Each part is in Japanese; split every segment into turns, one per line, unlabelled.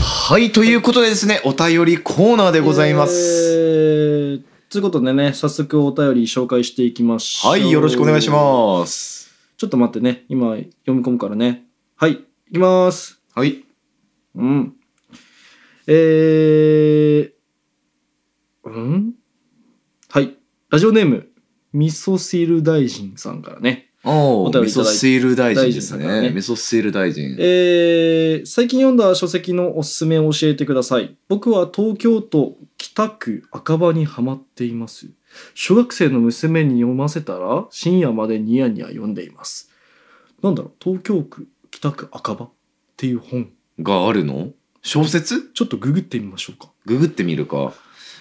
はい、ということでですね、お便りコーナーでございます。
えーということでね、早速お便り紹介していきましょう。
はい、よろしくお願いし
す。
ます。
ちょっと待ってね、今読み込むからね。はい、いきます。
はい。
うん。えー、うんはい。ラジオネーム、味噌汁大臣さんからね。
お
お
ー
便
味
りいた
噌
だい
汁大臣です
大臣だから
ね。
ね
味噌汁大臣。
えー最近読んだ書籍のおすすめを教えてください。僕は東京都北区赤羽にハマっています。小学生の娘に読ませたら深夜までニヤニヤ読んでいます。なんだろう、東京区北区赤羽っていう本。
があるの小説
ちょっとググってみましょうか。
ググってみるか。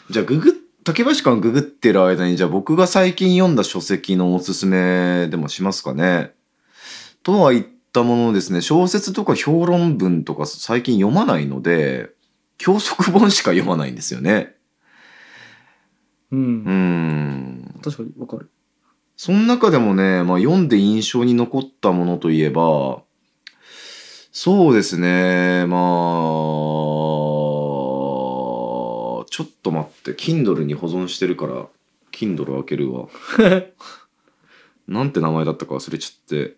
じゃあ、ググっ、竹林館ググってる間に、じゃあ僕が最近読んだ書籍のおすすめでもしますかね。とは言ったもののですね、小説とか評論文とか最近読まないので、教則本しか読まないんですよね。
うん。
うーん。
確かにわかる。
その中でもね、まあ読んで印象に残ったものといえば、そうですね、まあ、ちょっと待って、Kindle に保存してるから、Kindle 開ける わ。なんて名前だったか忘れちゃって。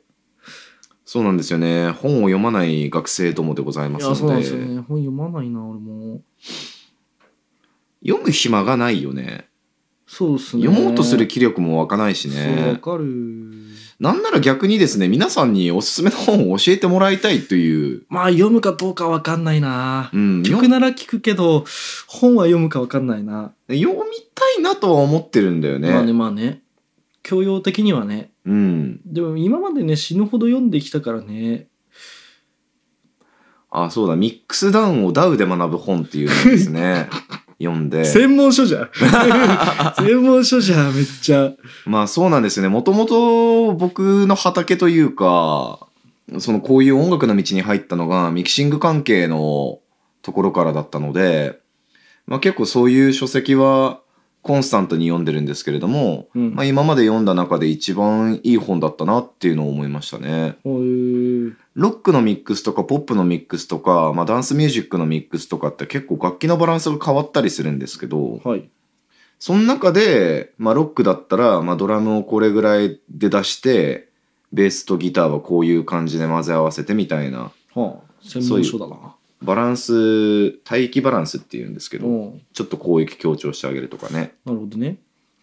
そうなんですよね。本を読まない学生どもでございま
い
す
や、そう
の
なん
で、
ですよね。本読まないな、俺も。
読む暇がないよね。
そうっすね。
読もうとする気力も湧かないしね。
そう、わかる。
なんなら逆にですね、皆さんにおすすめの本を教えてもらいたいという、
まあ、読むかどうかわかんないな
う。ん、よ
聞くなら聞くけど、本は読むかわかんないな。
読みたいなとは思ってるんだよね。
まあね、まあね。教養的にはね。
うん。
でも今までね、死ぬほど読んできたからね。
あ、そうだ、ミックスダウンをダウで学ぶ本っていうのですね。 読んで。
専門書 じゃん。 専門書じゃん、めっちゃ。
まあそうなんですよね。もともと僕の畑というか、そのこういう音楽の道に入ったのがミキシング関係のところからだったので、まあ結構そういう書籍はコンスタントに読んでるんですけれども、
うん
まあ、今まで読んだ中で一番いい本だったなっていうのを思いましたね。
ほう
ロックのミックスとかポップのミックスとか、まあ、ダンスミュージックのミックスとかって結構楽器のバランスが変わったりするんですけど、
はい。
その中で、まあ、ロックだったら、まあ、ドラムをこれぐらいで出して、ベースとギターはこういう感じで混ぜ合わせてみたいな、
はあ、専門書だな。
バランス、帯域バランスっていうんですけど、
うん
ちょっと攻撃強調してあげるとかね、
なるほどね。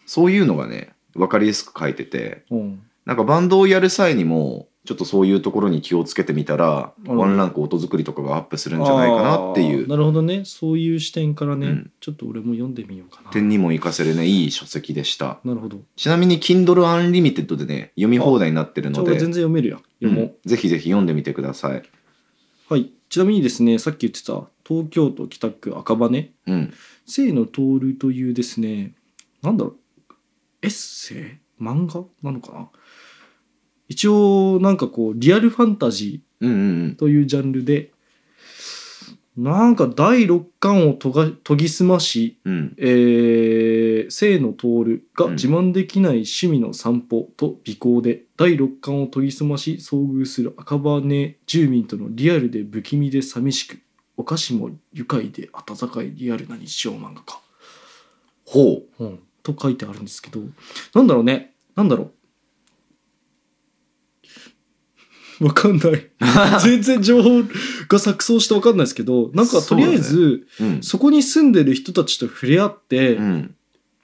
そういうのがね、わかりやすく書いてて、
うん。
なんかバンドをやる際にも、ちょっとそういうところに気をつけてみたら、
なるほど
ワンランク音作りとかがアップするんじゃないかなってい
あー
う
なるほどね。そういう視点からね、
うん
ちょっと俺も読んでみようかな。
点にも活かせるね、いい書籍でした。
なるほど。
ちなみに Kindle Unlimited でね、読み放題になってる
じゃあ
の
俺
で、
全然読めるやん。
う
読もう。
んぜひぜひ読んでみてください。
はい。ちなみにですね、さっき言ってた、東京都北区赤羽
うん。
清野徹というですねなんだろうエッセイ漫画なのかな一応なんかこうリアルファンタジ
うんうんう
ー
ん。
というジャンルでなんか第6巻をとが研ぎ澄まし、
うん。
えー、清野徹が自慢できない趣味の散歩と美行で、第6巻を研ぎ澄まし遭遇する赤羽住民とのリアルで不気味で寂しくお菓子も愉快で温かいリアルな日常漫画か
ほう。
うん、と書いてあるんですけどなんだろうねなんだろうわかんない 全然情報が錯綜してわかんないですけどなんかとりあえず
うん
そ,、。こに住んでる人たちと触れ合って、
うん。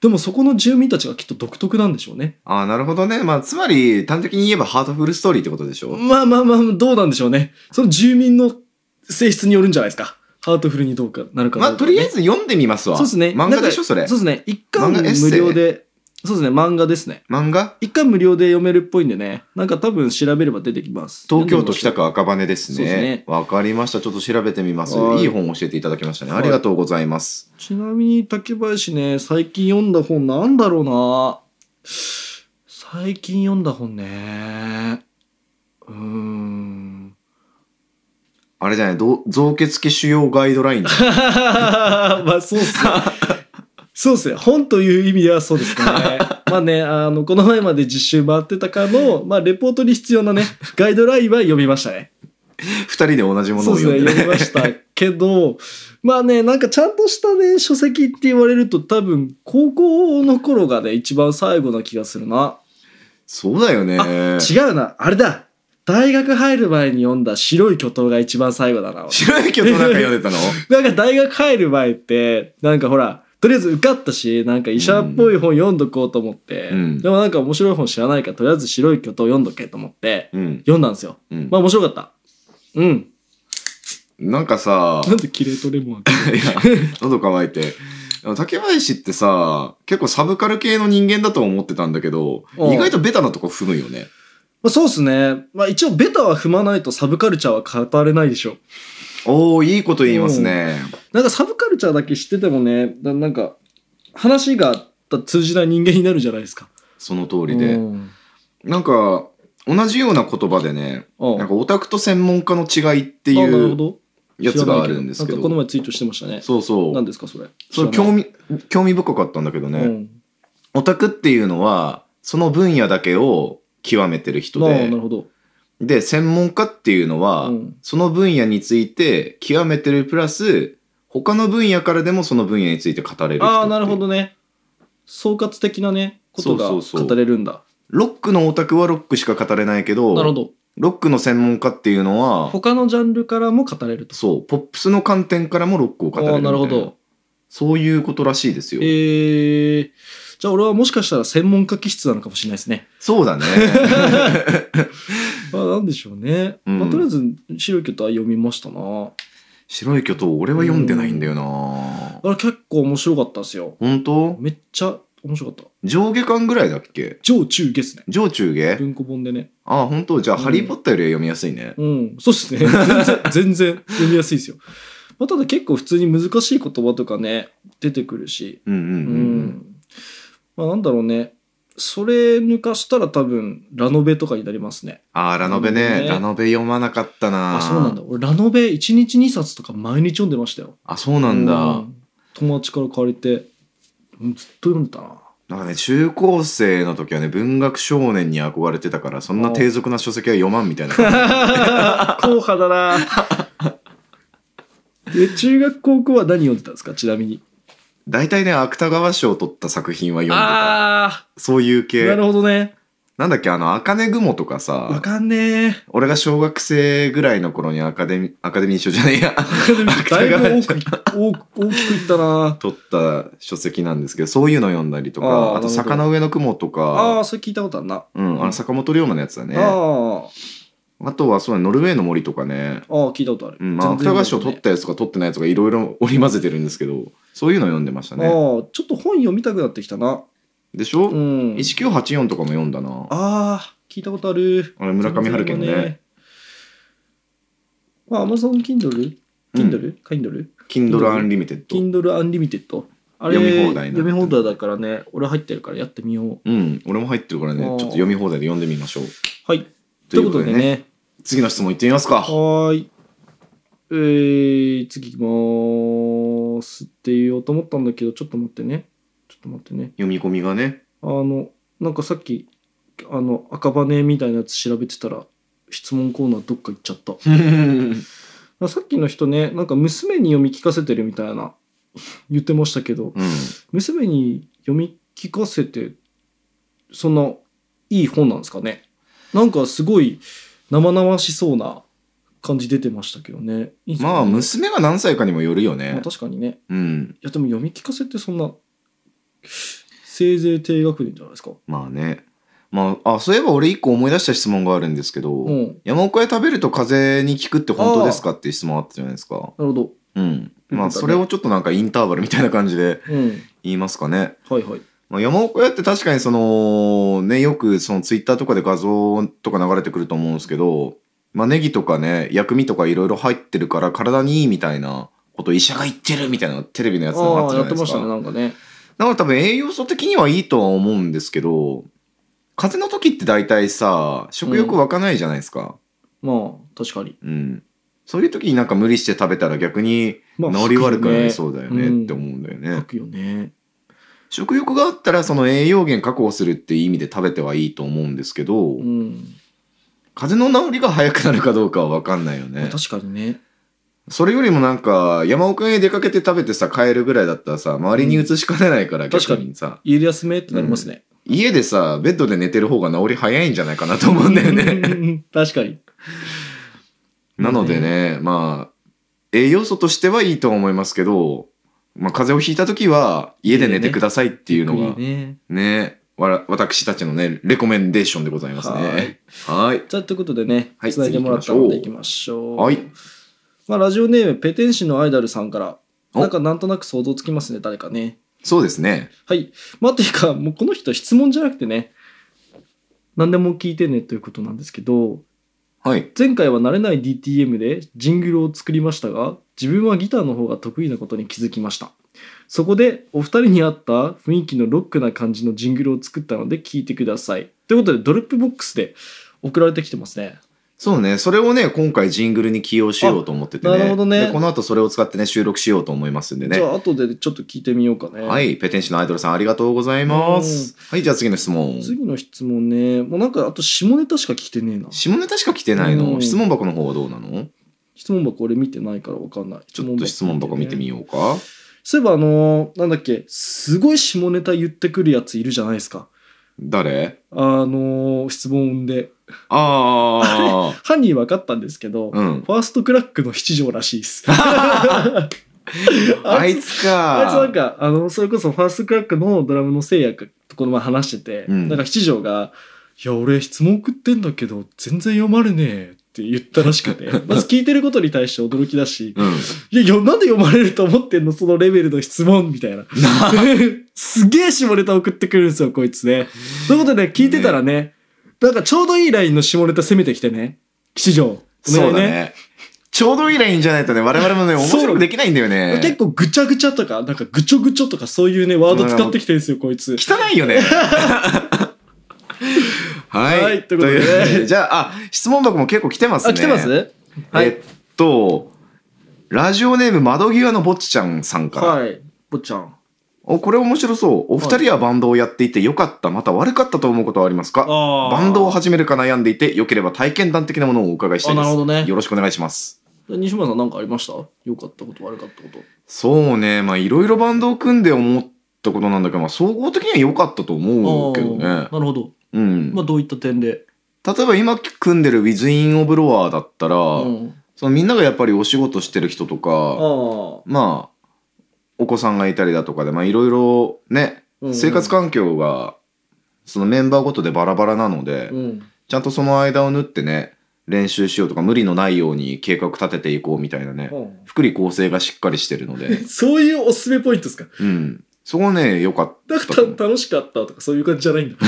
でもそこの住民たちがきっと独特なんでしょうね
ああ、なるほどね。まあ、つまり、端的に言えばハートフルストーリーってことでしょ
まあまあまあどうなんでしょうねその住民の性質によるんじゃないですかハートフルにどうかなるかどうかね、
まあ、とりあえず読んでみますわ。
そうですね
漫画でし
な
ょ、
んか
それ
そ。うですね一巻
漫画エッセイ
無料でそうですね漫画ですね
漫画
一回無料で読めるっぽいんでね、なんか多分調べれば出てきます。
東京都北
区。
区赤羽です
そうです
ね
ね。
わ、かりました。ちょっと調べてみます。
はいい
い本教えていただきましたね。
は
あ
い
りがとうございます。
ちなみに竹林ね、最近読んだ本なんだろうな最近読んだ本ね。うーん。
あれじゃない、どう造血器腫瘍ガイドライン だ。
まあそうっすね。そうっすね。本という意味ではそう ですね。まあね、あの、この前まで実習回ってたかの、まあレポートに必要なね、ガイドラインは読みましたね。
二人で同じもの
そ
を
うです
読ん
ね、
で
読
ね。
みましたけど、 まあね、なんかちゃんとしたね、書籍って言われると多分、高校の頃がね、一番最後な気がするな。
そうだよね。
あ違うな、あれだ大学入る前に読んだ白い巨頭が一番最後だな。
白雪の中読んで たの
なんか大学入る前って、なんかほら、とりあえず受かったし、なんか医者っぽい本読んどこうと思って、
うん
でもなんか面白い本知らないから、とりあえず白い巨頭読んどけと思って、
うん。
読んだんですよ。
うん
まあ面白かった。うん。
なんかさ、
なんでキレートレモン開け
いや、 喉乾いて。あの竹林ってさ、結構サブカル系の人間だと思ってたんだけど、
うん
意外とベタなとこ踏むよね。
まあ、そうですね。まあ一応ベタは踏まないとサブカルチャーは語れないでしょ。
おー、いいこと言いますね。
なんかサブカルチャーだけ知っててもね、ななんか話が通じない人間になるじゃないですか。
その通
う
りで。
ん
なんか、同じような言葉でね、
うん
なんかオタクと専門家の違いって
あなる
い
ほ
う
ど
やつがあるんですけ
知らないなんか
ど
この、前ツイートしてましたね。
そうそ
何
う。
ですかそれ。
そう
知ら
興
ない
味、興味深かったんだけどね、
うん
オタクっていうのは、その分野だけを極めてる人
ああ
で
なる、ほど。
で、専門家っていうのは、
うん
その分野について極めてるプラス、他の分野からでもその分野について語れる人
ああ、なるほ
っていう。
どね。総括的なね、ことが
そうそうそう
語れるんだ。
ロックのオタクはロックしか語れないけど、
なるほど。
ロックの専門家っていうのは、
他のジャンルからも語れると。
そう、ポップスの観点からもロックを語れ
あ
る
あ、
みた
ないるほど。
そういうことらしいですよ。
えー、じゃあ俺はもしかしたら専門家気質なのかもしれないですね。
そうだね。
まあなんでしょうね。
うん
まあとりあえず白い巨頭は読みましたな。
白い巨頭、俺は読んでないんだよな
あれ結構面白かったですよ。
本当
めっちゃ面白かった。
上下巻ぐらいだっけ
上中下っすね。
上中下
文庫本でね。
ああ、本当じゃあ、
うん
ハリーポッターよりは読みやすいね。
うん。そうっすね。全然、 全然読みやすいですよ。まあ、ただ結構普通に難しい言葉とかね、出てくるし。
うんうん
う。
うんんうん。
まあなんだろうね。それ抜かしたら多分、ラノベとかになりますね。
ああ、ラノベ
ラノベ
ね。
ね
ラノベ読まなかったな
あ、そうなんだ。。俺、ラノベ1日2冊とか毎日読んでましたよ。
あ、そうなんだ。
う。友達から借りて、うんずっと読んでた な。
なんかね、中高生の時はね、文学少年に憧れてたから、そんな低俗な書籍は読まんみたいな。
硬派だなで中学高校は何読んでたんですかちなみに
大体ね、芥川賞を取った作品は読んでた。
あ
そういう
あな
系
る。ほどね
なんだっけ、あの、茜雲とか
わ
さ、
か んね
俺が小学生ぐらいの頃にアカデミー、アカデミー賞じゃないや、
えだいぶ多く多く大きくいったな
取った書籍なんですけど、そういうの読んだりと
あ
か、
ー
あ
な
と、
るほど
坂の上の雲と
ああ
か、
ーそれ聞いたことあるな、
うん、あの、坂本龍馬のやつだね。
あ
あとは、そうだねノルウェーの森とかね。
あああ聞いたことある、
うん、まあ、
全然
芥川賞取ったやつとか取ってないやつとかいろいろ織り交ぜてるんですけど、そういうの読んでました
ああ
ね。
ちょっと本読みたくなってきたな
でしょ、
うん
1984とかも読んだな。
ああ聞いたことある
あれ、村上春樹のね、
まあ Amazon Kindle?
うん
Kindle?、Kindle?
Kindle Unlimited。
Kindle Unlimited あれ
読み放題な
読み放題だからね俺入ってるからやってみよう
うん、俺も入ってるからね、ちょ
あー
っと読み放題で読んでみましょう。
はい
と
と
い
いうう
こ
ことと
でね
でね
次の質問いってみますか。
はーいえー、次いきまーすって言おうと思ったんだけどちょっと待ってねちょっと待ってね
読み込みが ね。
あのなんかさっきあの赤羽みたいなやつ調べてたら質問コーナーどっか行っちゃった
う
あさっきの人ねなんか娘に読み聞かせてるみたいな言ってましたけど
ん。
娘に読み聞かせてそんないい本なんですかねなんかすごい生々しそうな感じ出てましたけどねいいんすかね
まあ、娘が何歳かにもよるよ
ま
ね
あ。確かにね
うん。
いやでも読み聞かせってそんなせいぜい低学年じゃないですか
まあね。まあ、あ、そういえば俺一個思い出した質問があるんですけど、
うん
山岡屋食べると風邪に効くって本当ですかっていう質問あったじゃないですか。
なるほど
うん。まあ、
言ってたね
それをちょっとなんかインターバルみたいな感じで
うん
言いますかね。
はいはい
まあ、山岡屋って確かにその、ね、よくそのツイッターとかで画像とか流れてくると思うんですけど、まあ、ネギとかね、薬味とかいろいろ入ってるから体にいいみたいなこと医者が言ってるみたいなテレビのやつもあっ
あ
た
あ
じゃな
や
い
って
で
ますしたね
か。
なんかね
だから多分栄養素的にはいいとは思うんですけど、風邪の時って大体さ、食欲湧かないじゃないですか。
まあ確かに
うん。そういう時になんか無理して食べたら逆に
ま
治
あ
り悪くなりそうだよ
う
ね
ん
って思うんだよね。
書くよね
食欲があったらその栄養源確保するっていう意味で食べてはいいと思うんですけど、
うん、
風邪の治りが早くなるかどうかは分かんないよ
まあ
ね。
確かにね
それよりもなんか、山奥へ出かけて食べてさ、帰るぐらいだったらさ、周りに移しかねないから、
確かに
逆にさ、
家で休めってなりますね。
家でさ、ベッドで寝てる方が治り早いんじゃないかなと思うんだよね。
確かに。
なのでね、まあ、栄養素としてはいいと思いますけど、まあ、風邪をひいた時は、家で寝てくださいっていうのが、ね
ね。
わら私たちのね、レコメンデーションでございますね。はい。
じゃあ、ということでね、
はい
つないでもらったのでいきましょう。
はい。
まあ、ラジオネーム、ペテン師のアイダルさんから、
お
なんかなんとなく想像つきますね、誰かね。
そうですね。
はい。まあ、というか、もうこの人質問じゃなくてね、何でも聞いてねということなんですけど、
はい。
前回は慣れない DTM でジングルを作りましたが自分はギターの方が得意なことに気づきましたそこでお二人に合った雰囲気のロックな感じのジングルを作ったので聞いてくださいということでドロップボックスで送られてきてますね
そうね。それをね、今回ジングルに起用しようと思っててね。
あなるほどね
でこの後それを使ってね、収録しようと思いますんで
じゃ
ね。
あ後でちょっと聞いてみようかね
はい。ペテン師のアイドルさん、ありがとうございます。はい。じゃあ次の質問。
次の質問ねもうなんかあと下ネタしか聞いてねえな
下ネタしか来てないの、
うん
質問箱の方はどうなの
質問箱俺見てないから分かんない
ちょっと質問箱見てみ
よう
ようか。
そういえばあのーなんだっけすごい下ネタ言ってくるやついるじゃないですか
誰
あのー質問で
あ あ。
犯人分かったんですけど、
うん。
ファーストクラックの七条らしい です。
あ
あい
い
つ
つ
あいつ
か。
なんか、あの、それこそファーストクラックのドラムの聖夜とこの前話してて、
うん
なんか七条が、いや、俺質問送ってんだけど、全然読まれねえって言ったらしく て、まず聞いてることに対して驚きだし、
うん。
いや、よなんで読まれると思ってんのそのレベルの質問みたいな。 すげえ下ネタ送ってくるんですよ、こいつね。ということで、聞いてたらね、なんかちょうどいいラインの下ネタ攻めてきてね、七条。お願
そう
い
だね。ちょうどいいラインじゃないとね、我々もね、面白くできないんだよね。
結構ぐちゃぐちゃとか、なんかぐちょぐちょとかそういうね、ワード使ってきてるんですよ、こいつ。
汚いよ ね。はい。
はいということ
と
で
いうことじゃあ、あ、質問箱も結構来てますね。
あ、来てますは
えっ
い。
と、ラジオネーム窓際のぼっちちゃんさんから。
はい。ぼっちゃん。
お、これ面白そう。お二人はバンドをやっていて良かった、また悪かったと思うことはありますか
あ
バンドを始めるか悩んでいて、良ければ体験談的なものをお伺いしたい
あ、
で
なる
す。
ほどね。
よろしくお願いします。
西村さんなんかありました良かったこと、悪かったこと。
そうね。まあ、いろいろバンドを組んで思ったことなんだけど、まあ、総合的には良かったと思うけど
あ
ね
ー。なるほど。
うん。
まあ、どういった点で。
例えば今組んでる With In オブロワーだったら、
うん。
そのみんながやっぱりお仕事してる人と
あ
か、
あ。
まあ、お子さんがいたりだとかで、まあいろいろね、
うん
生活環境が、そのメンバーごとでバラバラなので、
うん。
ちゃんとその間を縫ってね、練習しようとか、無理のないように計画立てていこうみたいなね、
うん、
福利厚生がしっかりしてるので
そういうおすすめポイントですか
うん。そこね、良かった
だ
と
から
思う。
楽しかったとかそういう感じじゃないん だ。
い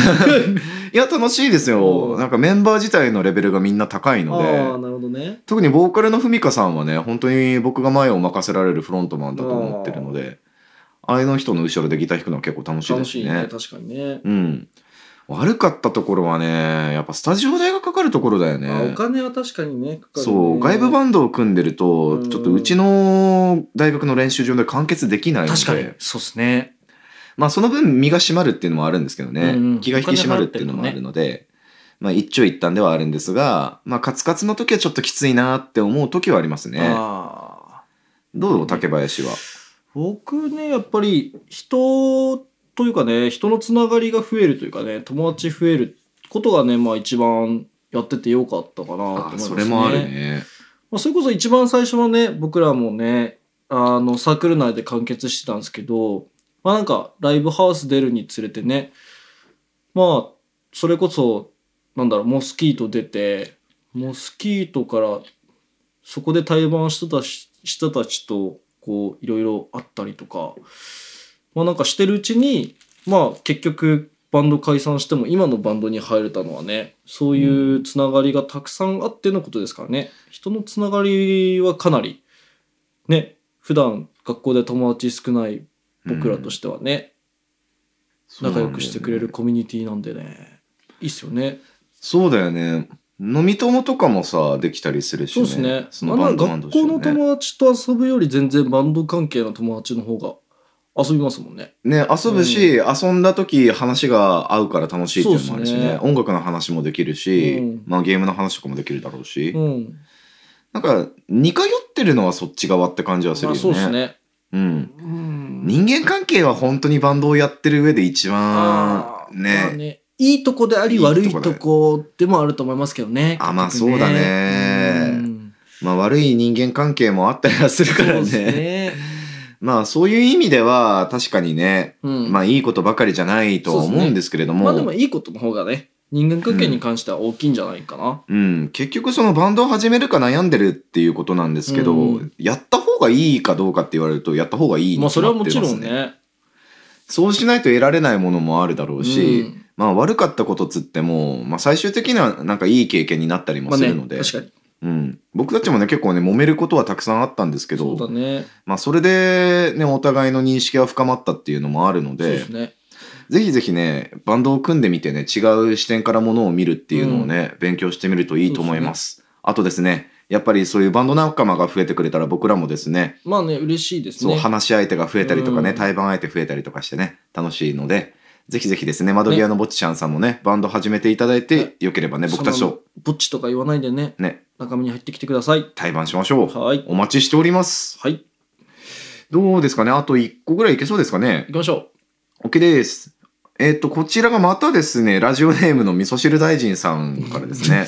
や、楽しいです
う
よ。
ん
なんかメンバー自体のレベルがみんな高い
あ
ので、
あ、なるほどね。
特にボーカルのふみかさんはね本当に僕が前を任せられるフロントマンだと思ってるのであれの人の後ろでギター弾くのは結構楽しいで
楽
す
しい
ね
ね。確かにね。
うん悪かったところはねやっぱスタジオ代がかかるところだよね
あお金は確かにね、かかるね
そう外部バンドを組んでると、
うん
ちょっとうちの大学の練習場で完結できないの
確かに
で。
そうですね。
まあその分身が締まるっていうのもあるんですけどね、
うんうん
気が引き締まるっていうのもあるので、まあ一長一短ではあるんですが、まあカツカツの時はちょっときついなって思う時はありますね。
ああ。
どう竹林は。
僕ね、やっぱり人というかね、人のつながりが増えるというかね、友達増えることがね、まあ一番やっててよかったかなと思います、
あそ
ね。
れもある。ね。
まあ、それこそ一番最初はね、僕らもね、あの、サークル内で完結してたんですけど、まあなんか、ライブハウス出るにつれてね、まあ、それこそ、なんだろう、モスキート出て、モスキートから、そこで対バンしてたし人たちと、こう、いろいろあったりとか、まあなんかしてるうちに、まあ結局、バンド解散しても今のバンドに入れたのはねそういうつながりがたくさんあってのことですからね人のつながりはかなりね普段学校で友達少ない僕らとしてはね、仲良くしてくれる。コミュニティなんでねいいっすよね
そうだよね。飲み友とかもさ、できたりするし
そう
ね。
ですね
その
あんな
バンドマン同
学
士
校
で
の
ね。
友達と遊ぶより全然バンド関係の友達の方が遊びますもんね
ね、遊ぶし、遊んだ時話が合うから楽しいっていうのもあるし
そうっ
ね。
すね
音楽の話もできるし、
うん
まあゲームの話とかもできるだろうし。
うん
なんか、似通ってるのはそっち側って感じはする
ま
よね。
あそうですね。
うん。
うん
人間関係は本当にバンドをやってる上で一番
あ、ーまあ
ね。
ねいいとこであり
いいとこだ
悪
よ
いとこでもあると思いますけどね。
あまあ
結局
そうだね
うん
まあ悪い人間関係もあったりはする
そ
か
う
ら
で
ね。
すね。
まあそういう意味では確かにね、
うん
まあいいことばかりじゃないとは
そうです
思
ね
うんですけれど
ま
も、
あでもいいことの方がね、人間関係に関しては大きいんじゃないかな。
うん、結局そのバンドを始めるか悩んでるっていうことなんですけど、
うん
やった方がいいかどうかって言われるとやった方がいいに
まあそ
決
れ
ま
は
って
も
ます
ちろんね。
そうしないと得られないものもあるだろうし、
うん
まあ悪かったことつっても、まあ最終的にはなんかいい経験になったりも
まあ
す
ね、
るので、
確かに。
うん、僕たちもね結構ね揉めることはたくさんあったんですけ
そ
ど、
うだね。
まあそれでねお互いの認識が深まったっていうのもあるの
そうで
で、
すね。
ぜひぜひね、バンドを組んでみてね、違う視点からものを見るっていうのをね、勉強してみるといいと思います。あとですね、やっぱりそういうバンド仲間が増えてくれたら僕らもですね、
まあね、嬉しいです
そう、
ね。
話し相手が増えたりとかね、
うん
対バン相手増えたりとかしてね、楽しいので、ぜひぜひですね、窓際のぼっちちゃんさんもね、バンド始めていただいて
ね、
よければね、僕たち
そ
と
のぼっちとか言わないでね、
ね、
仲間に入ってきてください。
対バンしましょう。
はい。
お待ちしております。
はい。
どうですかねあと1個ぐらいいけそうですかね
行きましょ
OK です。えっ、と、こちらがまたですね、ラジオネームの味噌汁大臣さんからです ね。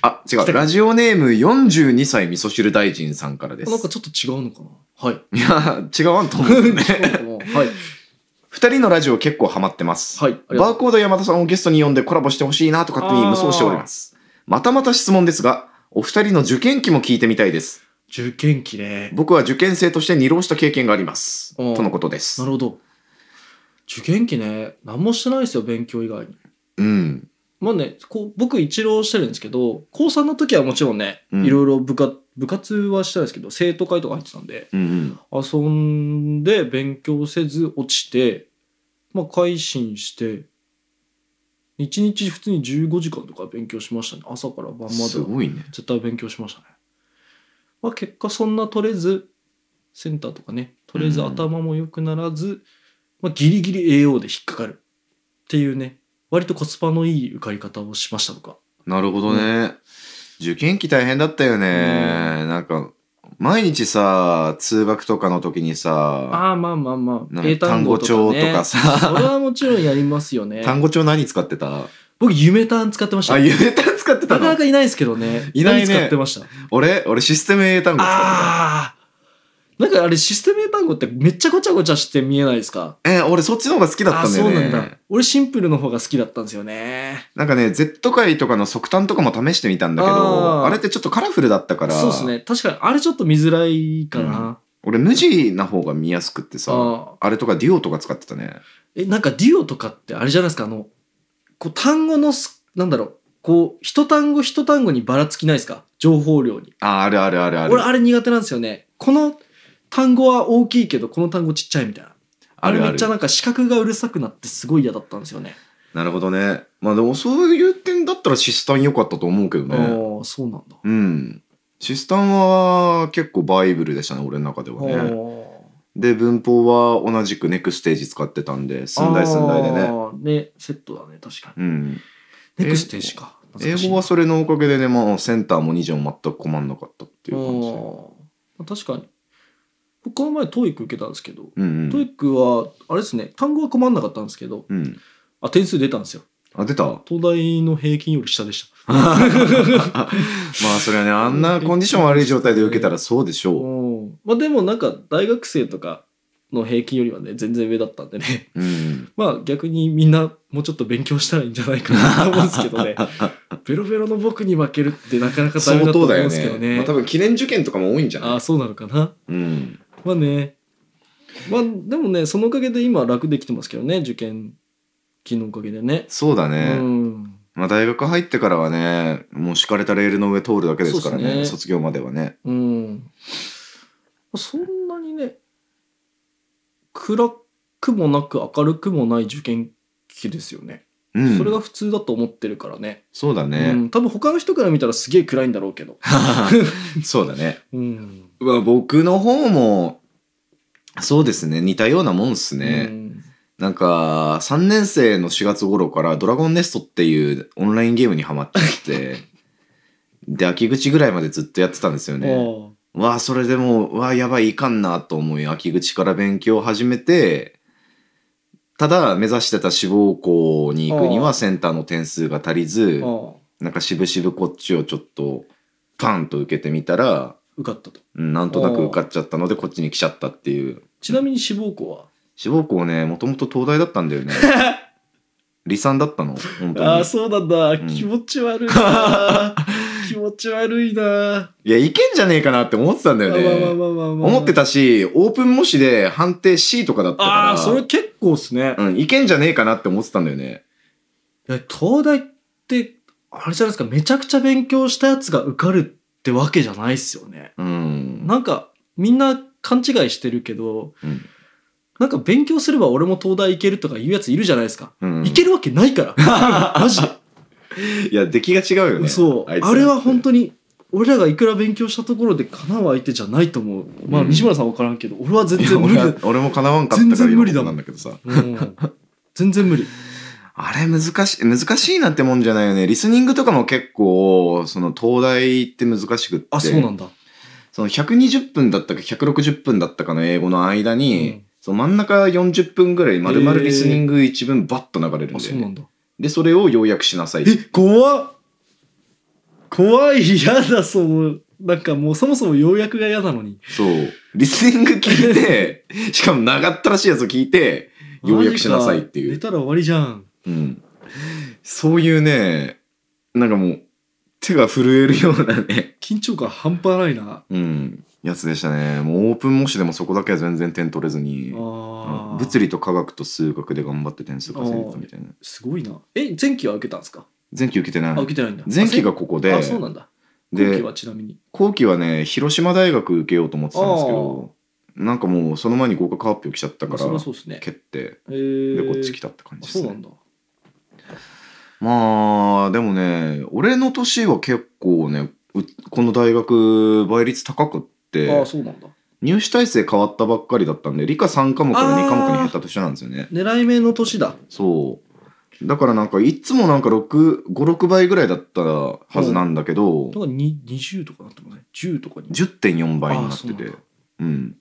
あ、違
来
う。
た
ラジオネーム42歳味噌汁大臣さんからで
う。
す。
なんかちょっと違うのか な。はい。
いや、違うと思うね。
そうかなはい。
二人のラジオ結構ハマってます。
はい。ありが
バ
と
ーコード山田さんをゲストに呼んでコラボしてほしいなと勝手に無双しております。またまた質問ですが、お二人の受験期も聞いてみたいです。
う受験期ね。
僕は受験生として二浪した経験があります。
あー
とのことです
な。るほど。受験期ね、何もしてないですよ、勉強以外に。
うん。
まあね、こう僕一浪してるんですけど、高3の時はもちろんね、
うん
いろいろ部活、部活はしてないですけど、生徒会とか入ってたんで、
うんうん。
遊んで勉強せず落ちて、まあ改心して、一日普通に15時間とか勉強しましたね。朝から晩まです
ごいね。
絶対勉強しましたね。まあ結果そんな取れず、センターとかね、取れず
うん
頭も良くならず、まあギリギリ AO で引っかかるっていうね、割とコスパのいい受かり方をしましたとか。
なるほどね。受験期大変だったよね。なんか、毎日さ、通学とかの時にさ、
ああ、まあまあま
な
あ
ん、か単語帳とか
そ
さ、
れはもちろんやりますよね。
単語帳何使ってた
僕、夢単使ってました。
あ、
な
ゆえ単使ってた
かな
の
かいないですけどね。
いないね
何使ってました。
俺、俺システム英単語使って
ああ。なんかあれシステム英単語ってめっちゃごちゃごちゃして見えないですか
た。え、俺そっちの方が好きだっ
ああ
たんだよね。
そうなんだ。俺シンプルの方が好きだったんですよね。
なんかね、Z 回とかの速単とかも試してみたんだけど、
あ
あ
ー
れってちょっとカラフルだったから、
そうですね。確かに、あれちょっと見づらいか
うん
な。
俺無地な方が見やすくってさ、
ああ
あれとかデュオとか使ってたね。
え、なんかデュオとかってあれじゃないですか、あの、こう単語のす、なんだろう、こう、一単語一単語にばらつきないですか情報量に。
あ、あるあるあるある。
俺、あれ苦手なんですよね。この単語は大きいけど、この単語ちっちゃいみたいな。あれめっちゃなんか視覚がうるさくなってすごい嫌だったんですよね。
なるほどね。まあでもそういう点だったらシスタン良かったと思うけど
ああ
ね。
ー、そうなんだ。
うん。シスタンは結構バイブルでしたね、俺の中では
あ
ね。
ー
で、文法は同じくネクステージ使ってたんで、寸大寸大で
あ
ね。
ーね、セットだね、確かに。
うん。
ネクステージか。
英語はそれのおかげでね、まあセンターも2畳全く困んなかったっていう感じで。
あー確かに僕この前 TOEIC 受けたんですけど、
うんうん。
TOEIC はあれですね単語は困んなかったんですけど
うん。
あ点数出たんですよ
あ、出たま
東大の平均より下でした
あそれはね、あんなコンディション悪い状態で受けたらそうでしょ
うんまあでもなんか大学生とかの平均よりはね全然上だったんでね
う。うん。
まあ逆にみんなもうちょっと勉強したらいいんじゃないかなと思うんですけど ねベロベロの僕に負けるってなかなか大変
相
だと
当
思うん
だよ
ですけど
ね。
ね
まあ多分記念受験とかも多いんじゃ
あ
な
あ
い
そうなのかな
うん。
まあね。まあでもね、そのおかげで今楽できてますけどね、受験期のおかげでね。
そうだね、
うん。
まあ、大学入ってからはねもう敷かれたレールの上通るだけですから
そう
ね
っすね
卒業まではね
うん。そんなにね、暗くもなく明るくもない受験期ですよね。
うん
それが普通だと思ってるからね。
そうだ
う
ね、
ん。多分他の人から見たらすげえ暗いんだろうけど。
そうだね、
うん。
まあ、僕の方もそうですね似たようなもんっすね、
うん
なんか3年生の4月頃から「ドラゴンネスト」っていうオンラインゲームにハマっちゃってで、秋口ぐらいまでずっとやってたんですよね。
ああ
わあ、それでもう、わあ、やばい、いかんなと思い、秋口から勉強を始めて、ただ、目指してた志望校に行くに
あ
は
あ
センターの点数が足りず、
ああ
なんか渋々こっちをちょっと、パンと受けてみたら、
受かったと
うんなんとなく受かっちゃったので、こっちに来ちゃったっていう。
ちなみに志望校は
志望校ね、もともと東大だったんだ よね。離散だったの本当
あ
に
あ。そうなんだ、
ん
気持ち悪 いな気持ち悪いな、
いや、いけんじゃねえかなって思ってたんだよ
まあまあ
ね。
まあまあまあ
思ってたし、オープン模試で判定 C とかだったから。
ああそれ結構っすね、い
うん、いけんじゃねえかなって思ってたんだよね。
や東大ってあれじゃないですかめちゃくちゃ勉強したやつが受かるってわけじゃないっすよね
うん。
なんかみんな勘違いしてるけど、
うん
なんか勉強すれば俺も東大行けるとか言うやついるじゃないですか、
うん
行けるわけないから マジ
いや、出来が違うよね。
そう。
あいつ
あれは本当に、俺らがいくら勉強したところで叶う相手じゃないと思う。まあ、
うん
西村さんは分からんけど、俺は全
いや
然無理
俺は
だ。
俺も叶わんかったから
全然無理だ
喜んだんだけどさ。
うん全然無理。
あれ難しい、難しいなってもんじゃないよね。リスニングとかも結構、その、東大って難しくって。
あ、そうなんだ。
その120分だったか160分だったかの英語の間に、
うん
その真ん中40分ぐらい丸々リスニング一文バッと流れるん
あ、
で、
そうなんだ。
で、それを要約しなさい。
え、怖っ怖い、嫌だ、その、なんかもうそもそも要約が嫌なのに。
そう。リスニング聞い て、しかも長ったらしいやつを聞いて、要約しなさいってい
マジ
う。
か寝たら終わりじゃん。
うん。そういうね、なんかもう、手が震えるようなね、
緊張感半端ないな。
うん、やつでしたね。もうオープン模試でもそこだけは全然点取れずに、
ああ。
物理と科学と数学で頑張って点数稼いでたみたいな。
すごいな。え、前期は受けたんですか
前期受けてない
あ、。受けてないんだ。
前期がここで、
あ、そうなんだ。後
で
期はちなみに。
後期はね、広島大学受けようと思ってたんですけど、なんかもうその前に合格発表来ちゃった
ま
か
あそりゃ
ら、
そうですね。
蹴って、
えー
で、こっち来たって感
あ
じで
そう
す
な
ね
ん。だ。
まあ、でもね、俺の年は結構ね、うこの大学倍率高くっ
あ
て
あ、、そうなんだ。
入試体制変わったばっかりだったんで、理科3科目から2科目に減った年なんですよね。
狙い目の年だ。
そう。だからなんか、いつもなんか6、5、6倍ぐらいだったはずなんだけど、
なんかに20とかなってますね。10とかに。
10.4倍になっ
あ
て
そうな
て
んだ。
うん。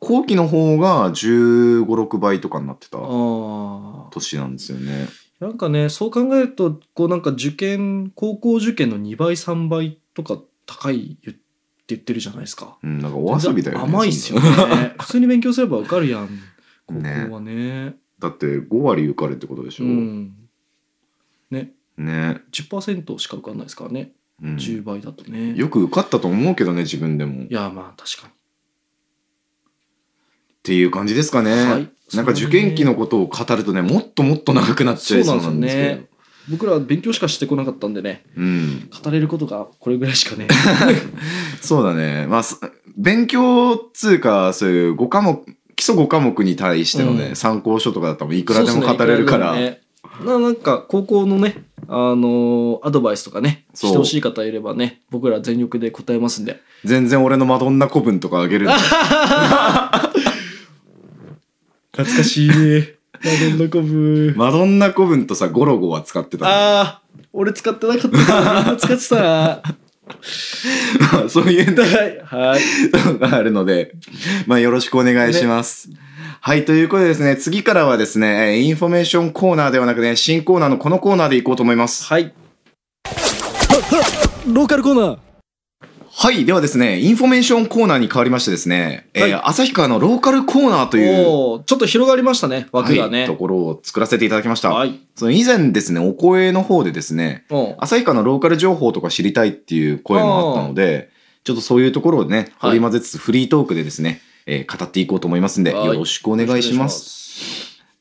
後期の方が15、6倍とかになってた
あ
年なんですよね。
あ。なんかね、そう考えると、こうなんか受験、高校受験の2倍、3倍とか高いゆって言ってるじゃないですか。
うん、なんかお遊びだよね。
甘いっすよね。 普通に勉強すれば受かるやん。高校はね。
だって5割受かるってことでし
う
ょ。
ん。
ね、
10%しか受かんないですからね。
うん
10倍だとね。
よく受かったと思うけどね、自分でも。っ
いや、まあ確か
ていう感じですかね。
に。はい。
なんか受験期のことを語るとね、もっともっと長くなっちゃいそうなんですけ
そうなんですよ
ど
ね。僕らは勉強しかしてこなかったんでね。
うん、
語れることがこれぐらいしかね
そうだね。まあ、す勉強つうか、そういう5科目、基礎5科目に対してのね、
うん
参考書とかだったらいくらでも語れるから。
そうっすねいくらでもねななんか高校のねあのーアドバイスとかね
そう
してほしい方いればね僕ら全力で答えますんで
全然俺のマドンナ古文とかあげるんで
懐か しいねマドンナコブ
マドンナ古文とさ、ゴロゴは使ってた
ああ俺使ってなかった使ってたな
の。 そういうの
はい
があるので、まあよろしくお願いします。はい、ということでですね、次からはですね、えーインフォメーションコーナーではなくね、新コーナーのこのコーナーでいこうと思います。
はいローカルコーナー
はい、ではですね、インフォメーションコーナーに変わりましてですね、えー
はい
旭川のローカルコーナーという、
おーちょっと広がりましたね枠が
はい、
ね
ところを作らせていただきました。
はい
その以前ですね、お声の方でですね、
おう
旭川のローカル情報とか知りたいっていう声もあったので、ちょっとそういうところをね、
は
織
い
り交ぜつつフリートークでですね、えー語っていこうと思いますんで、
はい
よろしくお願いし
よろくお願
ま
い
す。
し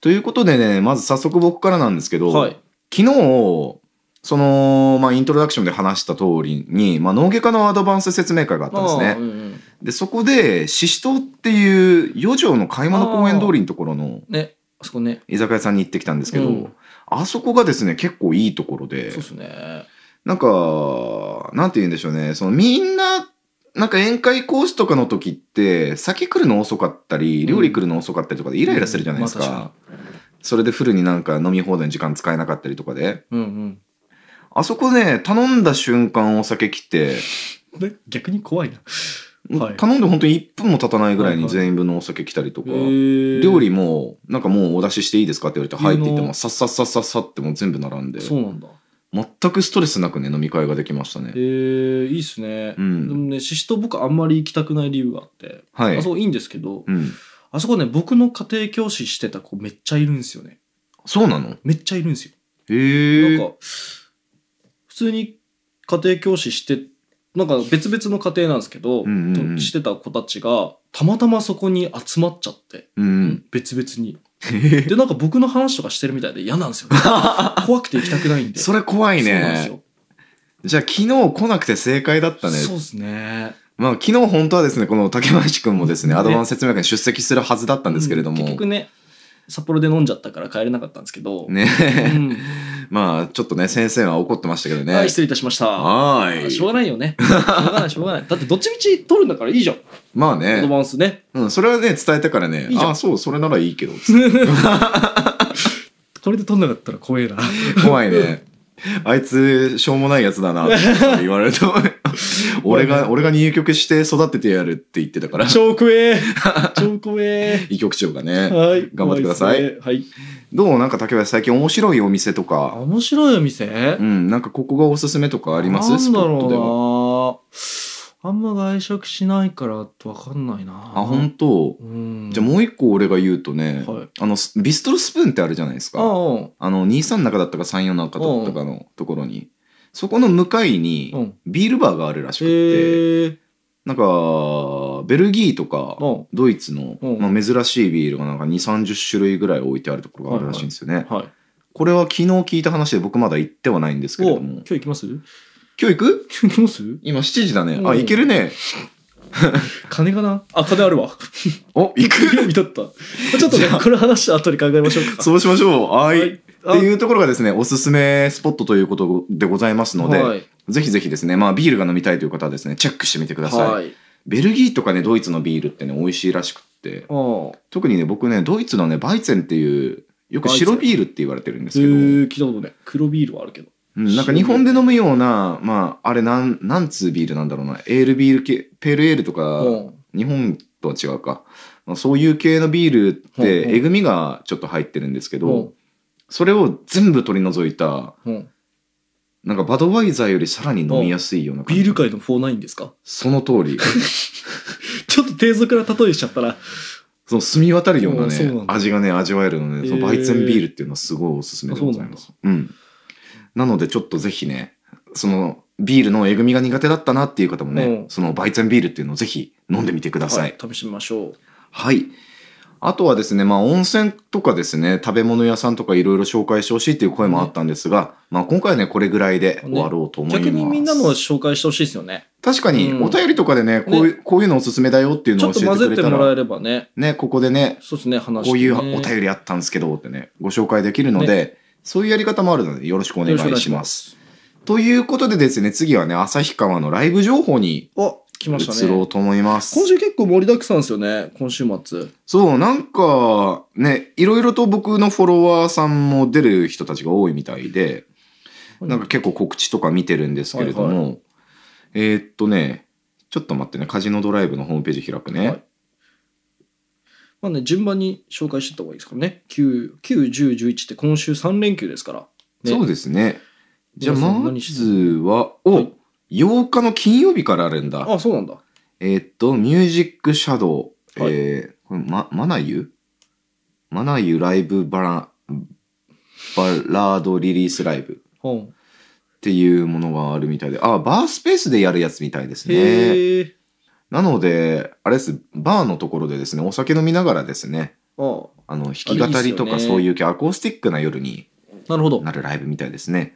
ということでね、まず早速僕からなんですけ
ま
ど、
すはい
昨日、その、まあ、イントロダクションで話した通りに、まあ、脳外科のアドバンス説明会があったんですね
あー。うんうん
で、そこで、シシトっていう四条の買い物公園通りのところの
ね、あそこね。
居酒屋さんに行ってきたんですけど、
うん
あそこがですね、結構いいところで
そう、っすね。
なんか、なんて言うんでしょうね、そのみんな、なんか宴会講師とかの時って、先来るの遅かったり、
うん
料理来るの遅かったりとかでイライラするじゃないですか。
うんまあ確
それでフルになんか飲み放題の時間使えなかったりとかで。
うんうん。
あそこね、頼んだ瞬間お酒来て、
で逆に怖いな。はい
頼んで本当に1分も経たないぐらいに全員分のお酒来たりとか、料
料
理も、なんかもうお出ししていいですかって言われて、はいって言って
いいの
も、さっさっさっさっさってもう全部並んで、
そうなんだ。
全くストレスなくね、飲み会ができましたね
え。ー、いいっすね。
うん
でもね、ししと僕あんまり行きたくない理由があって、
はい
あ。そこいいんですけど、
うん。
あそこね、僕の家庭教師してた子めっちゃいるんですよね。
そうなの
めっちゃいるんですよ。
へえ。
なんか、普通に家庭教師して、なんか別々の家庭なんですけど、
うんうんうん
してた子たちが、たまたまそこに集まっちゃって、
うん。
別々に。
へえ
で、なんか僕の話とかしてるみたいで嫌なん ですよ、ね。怖くて行きたくないんで。
それ怖い
そうなんで
ね。
すよ。
じゃあ昨日来なくて正解だったね。
そうですね。
まあ昨日本当はですね、この竹林くんもですね、
ね
アドバンス説明会に出席するはずだったんですけれど
うん
も
結、局ね、札幌で飲んじゃったから帰れなかったんですけど。
ね、
うん
まあちょっとね、先生は怒ってましたけどね。
はい、失礼いたしました。
は
しょ
ーい。
うがない よね。しょうがない、しょうがない。だってどっちみち取るんだからいいじゃん。
まあ
アド
ね、
バン スね。
うん、それはね、伝えたからね
いい、じゃん
あ、そう、それならいいけど、つって
これで取んなかったら怖えな。
怖い ね。あいつ、しょうもないやつだな、って言われると 思う俺が、俺が入局して育ててやるって言ってたから、
超怖え。超怖え。
医局長がね。
はい。
頑張ってください
怖ですね。はい。
どうなんか竹林最近面白いお店と
あ
か、
面白いお店
うん、なんかここがおすすめとかあります
なん
スポ
だ
ットでは。
ろうな。あんま外食しないからわかんないな。
あ、本当。
うん。
じゃあもう一個俺が言うとね、
はい。
あの、スビストロスプーンってあるじゃないです
ああ、
か。
うん
あの、23中だったか34中だったかのところに、そこの向かいに
うん。
ビールバーがあるらしくって、
ええ。
なんか、ベルギーとか、
うん
ドイツの、
うん
まあ、珍しいビールがなんか2、30種類ぐらい置いてあるところがあるらしいんですよね。
はい。
これは昨日聞いた話で僕まだ行ってはないんですけれ
お
ども。
今
今
日行きます今
日行く
日行きます
今7時だね。
う
あ、
ん
行けるね。
金かなあ、金あるわ。
お、行く
見とった。ちょっとね
じゃ、あ
これ話した後に考えましょうか。
そうしましょう。はい。っ
あ
ていうところがですね、おすすめスポットということでございますので、
はい。
ぜひぜひですね、まあビールが飲みたいという方はですね、チェックしてみてください。
はい。
ベルギーとかね、ドイツのビールってね、美味しいらしくって、
ああ。
特にね、僕ね、ドイツのね、バイツェンっていう、よく白ビールって言われてるんで
え
すけど、
ー、聞いたことない。黒ビールはあるけど。
うん、なんか日本で飲むような、まあ、あれなん、なんつうビールなんだろうな、エールビール系、ペールエールとか、
うん
日本とは違うか、まあそういう系のビールっ
うんうん
て、えぐみがちょっと入ってるんですけど、
うん
それを全部取り除いた、
うん
なんかバドワイザーよりさらに飲みやすいような感じ
ビール界の49ですか
その通 り。
ちょっと低俗な例えしちゃったら。
その澄み渡るような
あそうなん
ね、
だ
味がね、味わえるので、そ
へー
のバイツェンビールっていうのはすごいおすすめでございます。うん。なのでちょっとぜひね、そのビールのえぐみが苦手だったなっていう方もね、
うん
そのバイツェンビールっていうのをぜひ飲んでみてくださ
はいい。。試してみましょう。
はい。あとはですね、まあ温泉とかですね、食べ物屋さんとかいろいろ紹介してほしいっていう声もあったんですが、まあ今回はね、これぐらいで終わろうと思います。
逆にみんなのを紹介してほしいですよね。
確かに、
うん
お便りとかでね、こういう、こういうのおすすめだよっていう
ち
のを
ょっと
教えて
混
く
ぜ
れ
て
た
もら
ら
え、ればね。
ね、ここでね、
そうですね、話してね。
こういうお便りあったんですけどってね、ご紹介できるので、そういうやり方もあるので、よろしくお願いします。
す。
ということでですね、次はね、旭川のライブ情報に
あ、来ました
移ろ
ね
う。と思います。
今週結構盛りだくさんですよね、今週末。
そう、なんか、ね、いろいろと僕のフォロワーさんも出る人たちが多いみたいで、なんか結構告知とか見てるんですけれども、
は
えーっとね、ちょっと待ってね、カジノドライブのホームページ開くね。
はいまあね、順番に紹介していった方がいいですからね。9、9、10、11って今週3連休ですから。ね
そうですね。じゃあ、
皆さん
ま
何して
ずは、お、
はい
8日の金曜日からあるんだ。
あ、そうなんだ。
えーっと、ミュージックシャドウ。
はい
えー、これ、ま、マナユマナユライブバラ、バラードリリースライブ
うん
っていうものがあるみたいで、あ、バースペースでやるやつみたいですね。
へえ。
なので、あれです、バーのところでですね、お酒飲みながらですね、
あ
あの、弾き語りと
あれいいっ
か
すよね
そういう系アコースティックな夜に
なるほど。
なるライブみたいですね。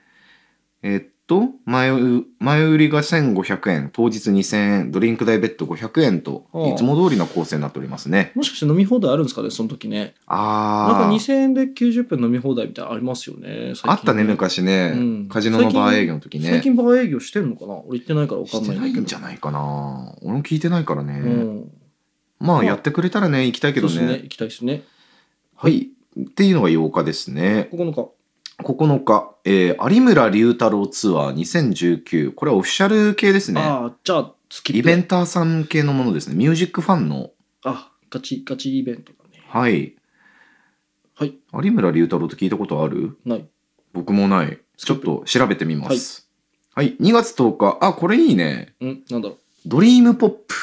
えーっと、前売、前売りが1500円、当日2000円、ドリンク代別途500円と、
ああ
いつも通りの構成になっておりますね。
もしかして飲み放題あるんですかね、その時ね。なんか
ああ。
2000円で90分飲み放題みたいなのありますよね。最近
あったね、昔ね、
うん
カジノのバー営業の時
最
ね。
近バー営業してんのかな俺行ってないから分かん
し
な
て
い
ないんじゃないかな。俺も聞いてないからね。
いうん。
ま
まあ
あ、やってくれたらね、行きたいけ
そ
ど
うですね。
ね。
行きたいですね。
はい。っていうのが8日ですね。
9日。
9日、えー有村龍太郎ツアー2019。これはオフィシャル系ですね。
ああ、じゃあ、スキップ。
イベンターさん系のものですね。ミュージックファンの。
あ、ガチガチイベントだね。
はい。
はい。
有村龍太郎って聞いたことある
ない。
僕もない。ち
スキ
ょ
ッ
っ
プ
と調べてみます。はい、2月10日。あ、これいいね。
うん、なんだろ
ドリームポップ。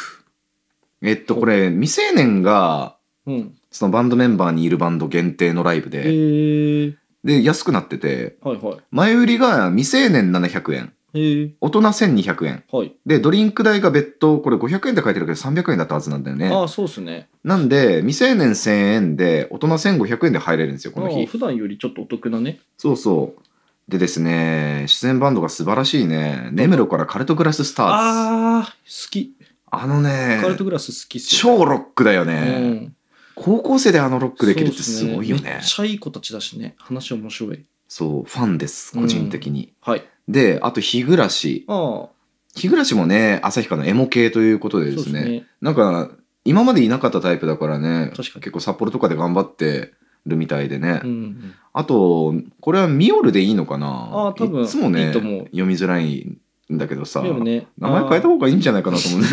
えっと、これ、未成年が、
う。うん。
そのバンドメンバーにいるバンド限定のライブ
え
で、
ー、
で、安くなってて、
はいはい。
前売りが未成年700円、
えー、
大人1200円。
はい。
で、ドリンク代が別途、これ500円って書いてるけど300円だったはずなんだよ
あ
ね。
あ、そうっすね。
なんで、未成年1000円で、大人1500円で入れるんですよ、この
ああ
日。
普段よりちょっとお得なね。
そうそう。でですね、出演バンドが素晴らしいね。根室からカルトグラススターズ。
ああ、好き。
あのね
カ、ルトグラス好きっすよ
超ロックだよ
う
ね。
ん。
高校生であのロックできるってす
そうっ
ごいよね。
めっちゃいい子たちだしね。話面白い。
そう、ファンです、個人的に。
はい。
で、あと日暮らし。
ああ、
日暮らしもね、旭川のエモ系ということでで
そうっ
すね。
ね。
なんか、今までいなかったタイプだからね、
確かに
結構札幌とかで頑張ってるみたいでね。
うん。
あと、これはミオルでいいのかな
あー多分
いつもね
いいと思う
読みづらいんだけどさ、
でもね、
名前変えた
ああ
方がいいんじゃないかなと思うね。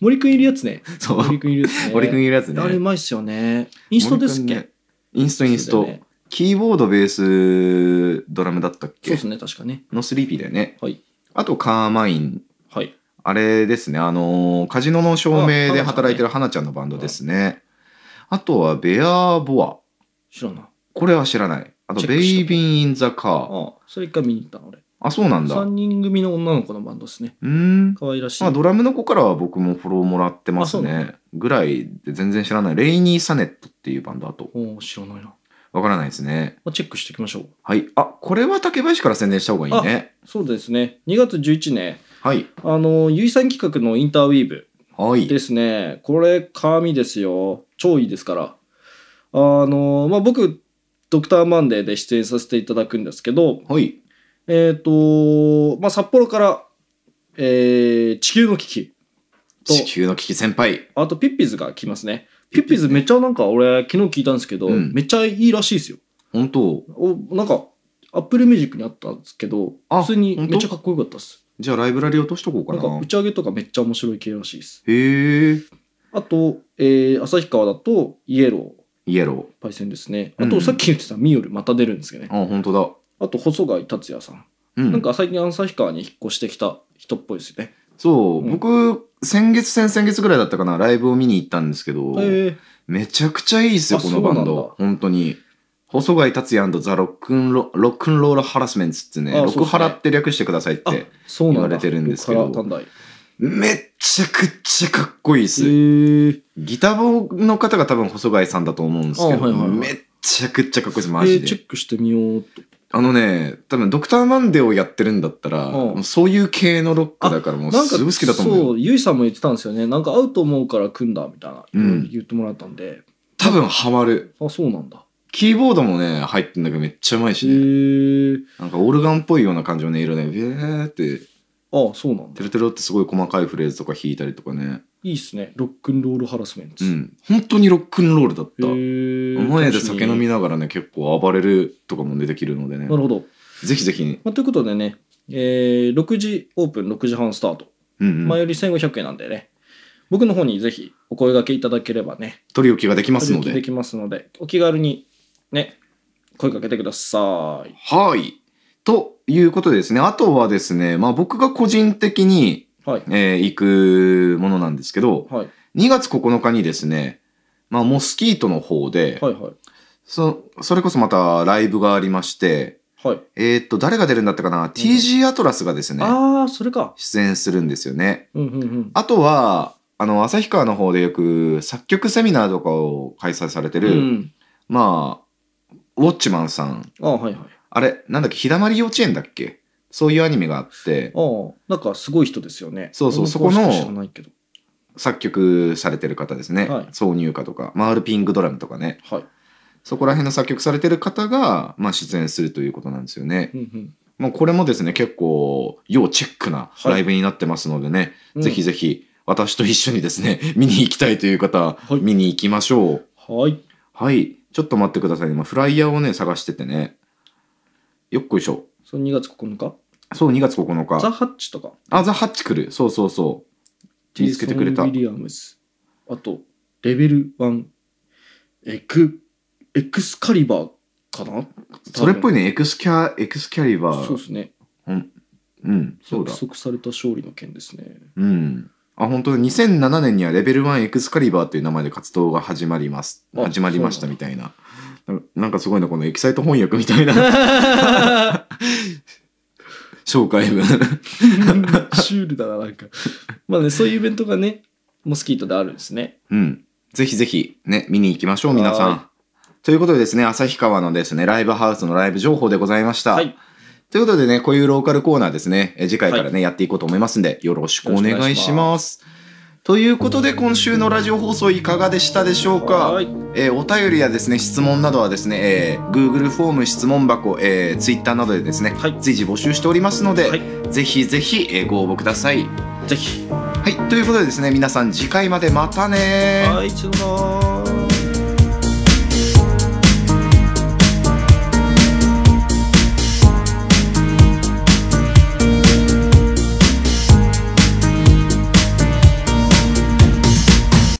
森くんいるやつ ね。
そう。
森くんいるやつね。
森くんいるやつね。
あれうまいっすよね。インストですっ
森くん
け
ねインストインス
そう
ト、
だよね
キーボード、ベース、ドラムだったっ
そう
け
っすね、確かね。
のスリーピーだよね。
はい
あと、カーマイン
はい。
あれですね、あのーカジノの照明で
あ
働いてる花ちゃんのバンドですね。あとは、ベアーボア。
知らんな。
これは知らない。あと、
チェッ
ベ
クし
イ
とこ
ビー・イン・ザ・カー。
ああ、それ一回見に行ったの俺。
あ、そうなんだ。
3
う
人組の女の子のバンドですね。
ーん。
可愛らしい。
まあ、ドラムの子からは僕もフォローもらってます
あそうな
ね。ぐらいで全然知らない。レイニー・サネットっていうバンドだと。
おお、知らないな。ま
わからないですね。
あ、チェックしていきましょう。
はい。あ、これは竹林から宣伝した方がいいね。
そうですね。2月11ね、
はい。
あの、ゆいさん企画のインターウィーブ
はい。
ですね。これ、神ですよ。超いいですから。あの、まあ、僕、ドクターマンデーで出演させていただくんですけど、
はい。
えっ、と、まあ、札幌から、えー、地球の危機と、
地球の危機先輩。
あとピッピズが来ますね。ピッピズめっちゃなんか俺昨日聞いたんですけど、
うん
めっちゃいいらしいですよ。
本当
おなんか、アップルミュージックにあったんですけど、
あ
普通に
本当
めっちゃかっこよかったです。
じゃあライブラリ落としとこうか
なん
な。
か打ち上げとかめっちゃ面白い系らしいです。
へえ。
あと、えー、旭川だとイエロ
イエロ
ー、パイセンですね。
う
あ
ん
とさっき言ってたミヨルまた出るんですけどね
ー。。あ、本当だ。
あと細貝達也さん。
うん。
なんか最近旭川に引っ越してきた人っぽいですよね。
そう、
うん
僕、先月、先々月ぐらいだったかな、ライブを見に行ったんですけど、
えー、
めちゃくちゃいいですよ、
あ
このバン
そうなん
ド
だ。
本当に。細貝達也ザ・ロックンロロックンロール・ハラスメントってね、
あ
ロ
そ
ク
うっすね
ハラって略してくださいっ
あ
て、
そうなん
言
だ。
われてるんですけど
ここから短大
めっちゃくちゃかっこいいで
え
す。
ー、
ギタボの方が多分細貝さんだと思うんですけど、
あはいはいはい
めっちゃくちゃかっこいいです、マジ
えー
で。
チェックしてみようと。
あのね、多分ドクターマンデーをやってるんだったら、
うん
もうそういう系のロックだからもう
なんか
すぐ好きだと思うよ
そう、ゆいさんも言ってたんですよね。なんか合うと思うから組んだみたいな、
うん
言ってもらったんで。
多分ハマる。
あ、そうなんだ。
キーボードもね、入ってんだけどめっちゃうまい
へ
し
え
ね。
ー。
なんかオルガンっぽいような感じの音色ね、ビューって、
あそうなんだ
テ。ロテロってすごい細かいフレーズとか弾いたりとかね。
いいっすね。ロックンロールハラスメント。
う
へ
ん。本当にロックンロールだった。
ー
前で酒飲み
楽し
ながらね、結構暴れるとかも出てきるのでね
み。なるほど。
ぜひぜひ、
まあ、ということでね、えー、6時オープン、6時半スタート。
うん、う
前
ん。
より1500円なんでね。僕の方にぜひお声掛けいただければね、
取り置きができますの
お聞きで
で。
きますので、お気軽にね、声かけてください。
はい。ということでですね、あとはですね、まあ僕が個人的に、
はい。
えー行くものなんですけど、
はい。
2月9日にですね、まあモスキートの方で、
はいはい。
そそれこそまたライブがありまして、
はい。
えーっと、誰が出るんだったかな ?TG アトラスがですね、
ああ、それか。
出演するんですよね。
うんうんうん。
あとは、あの、旭川の方でよく作曲セミナーとかを開催されて
う
る、
ん。
まあ、ウォッチマンさん。
あはいはい。
あれ、なんだっけ、日だまり幼稚園だっけそういうアニメがあって、
ああ、なんかすごい人ですよね。
そうそう
俺も詳し
そこの
く知らないけど。
作曲されてる方ですね。
はい
挿入歌とか、マールピングドラムとかね。
はい。
そこら辺の作曲されてる方が、まあ、出演するということなんですよね。
うん
まあ、これもですね、結構、要チェックなライブになってますのでね、
うん。
ぜひぜひ、私と一緒にですね、見に行きたいという方、
い
見に行きましょう。
ひ。はい。
はい。ちょっと待ってくださいね。今、フライヤーをね、探しててね。よっこいしょ。
その2月9日
そう、2月9日。
ザ・ハッチとか
あ、ザ・ハッチ来る。そうそうそう。見つけてくれた。
ジェイソンウィリアムスあとレベル1エクエクスカリバーかな
それっぽ
い
いね、エクスキャ、エクスキャリバ
そう
ー。
ですね
うん、そう
約
だ。
束された勝利の件で すね
うん。あ、本当に2007年にはレベル1エクスカリバーという名前で活動が始まります。
あ
始まりまし
そ
た
うなん
みたいな。ななんかすごいな、このエキサイト翻訳みたい な
シ
紹介文。
ュールだななんかまあねそういうイベントがねモスキートであるんですね
うん。ぜひぜひ、ね、見に行きましょう、皆さん
は。
ということでですね、旭川のですね、ライブハウスのライブ情報でございました。
はい
ということでね、こういうローカルコーナーですね、え次回からね、やっていこうと思いますんで、よろしくお願いし
よろしくお願
ます。ということで、今週のラジオ放送いかがでしたでしょうか、
はい
えーお便りやですね、質問などはですね、えー Google フォーム質問箱、えー Twitter などでですね、
はい
随時募集しておりますので、
はい
ぜひぜひ、えーご応募ください。
ぜひ
はい、ということでですね、皆さん次回までまたね
はいさよなら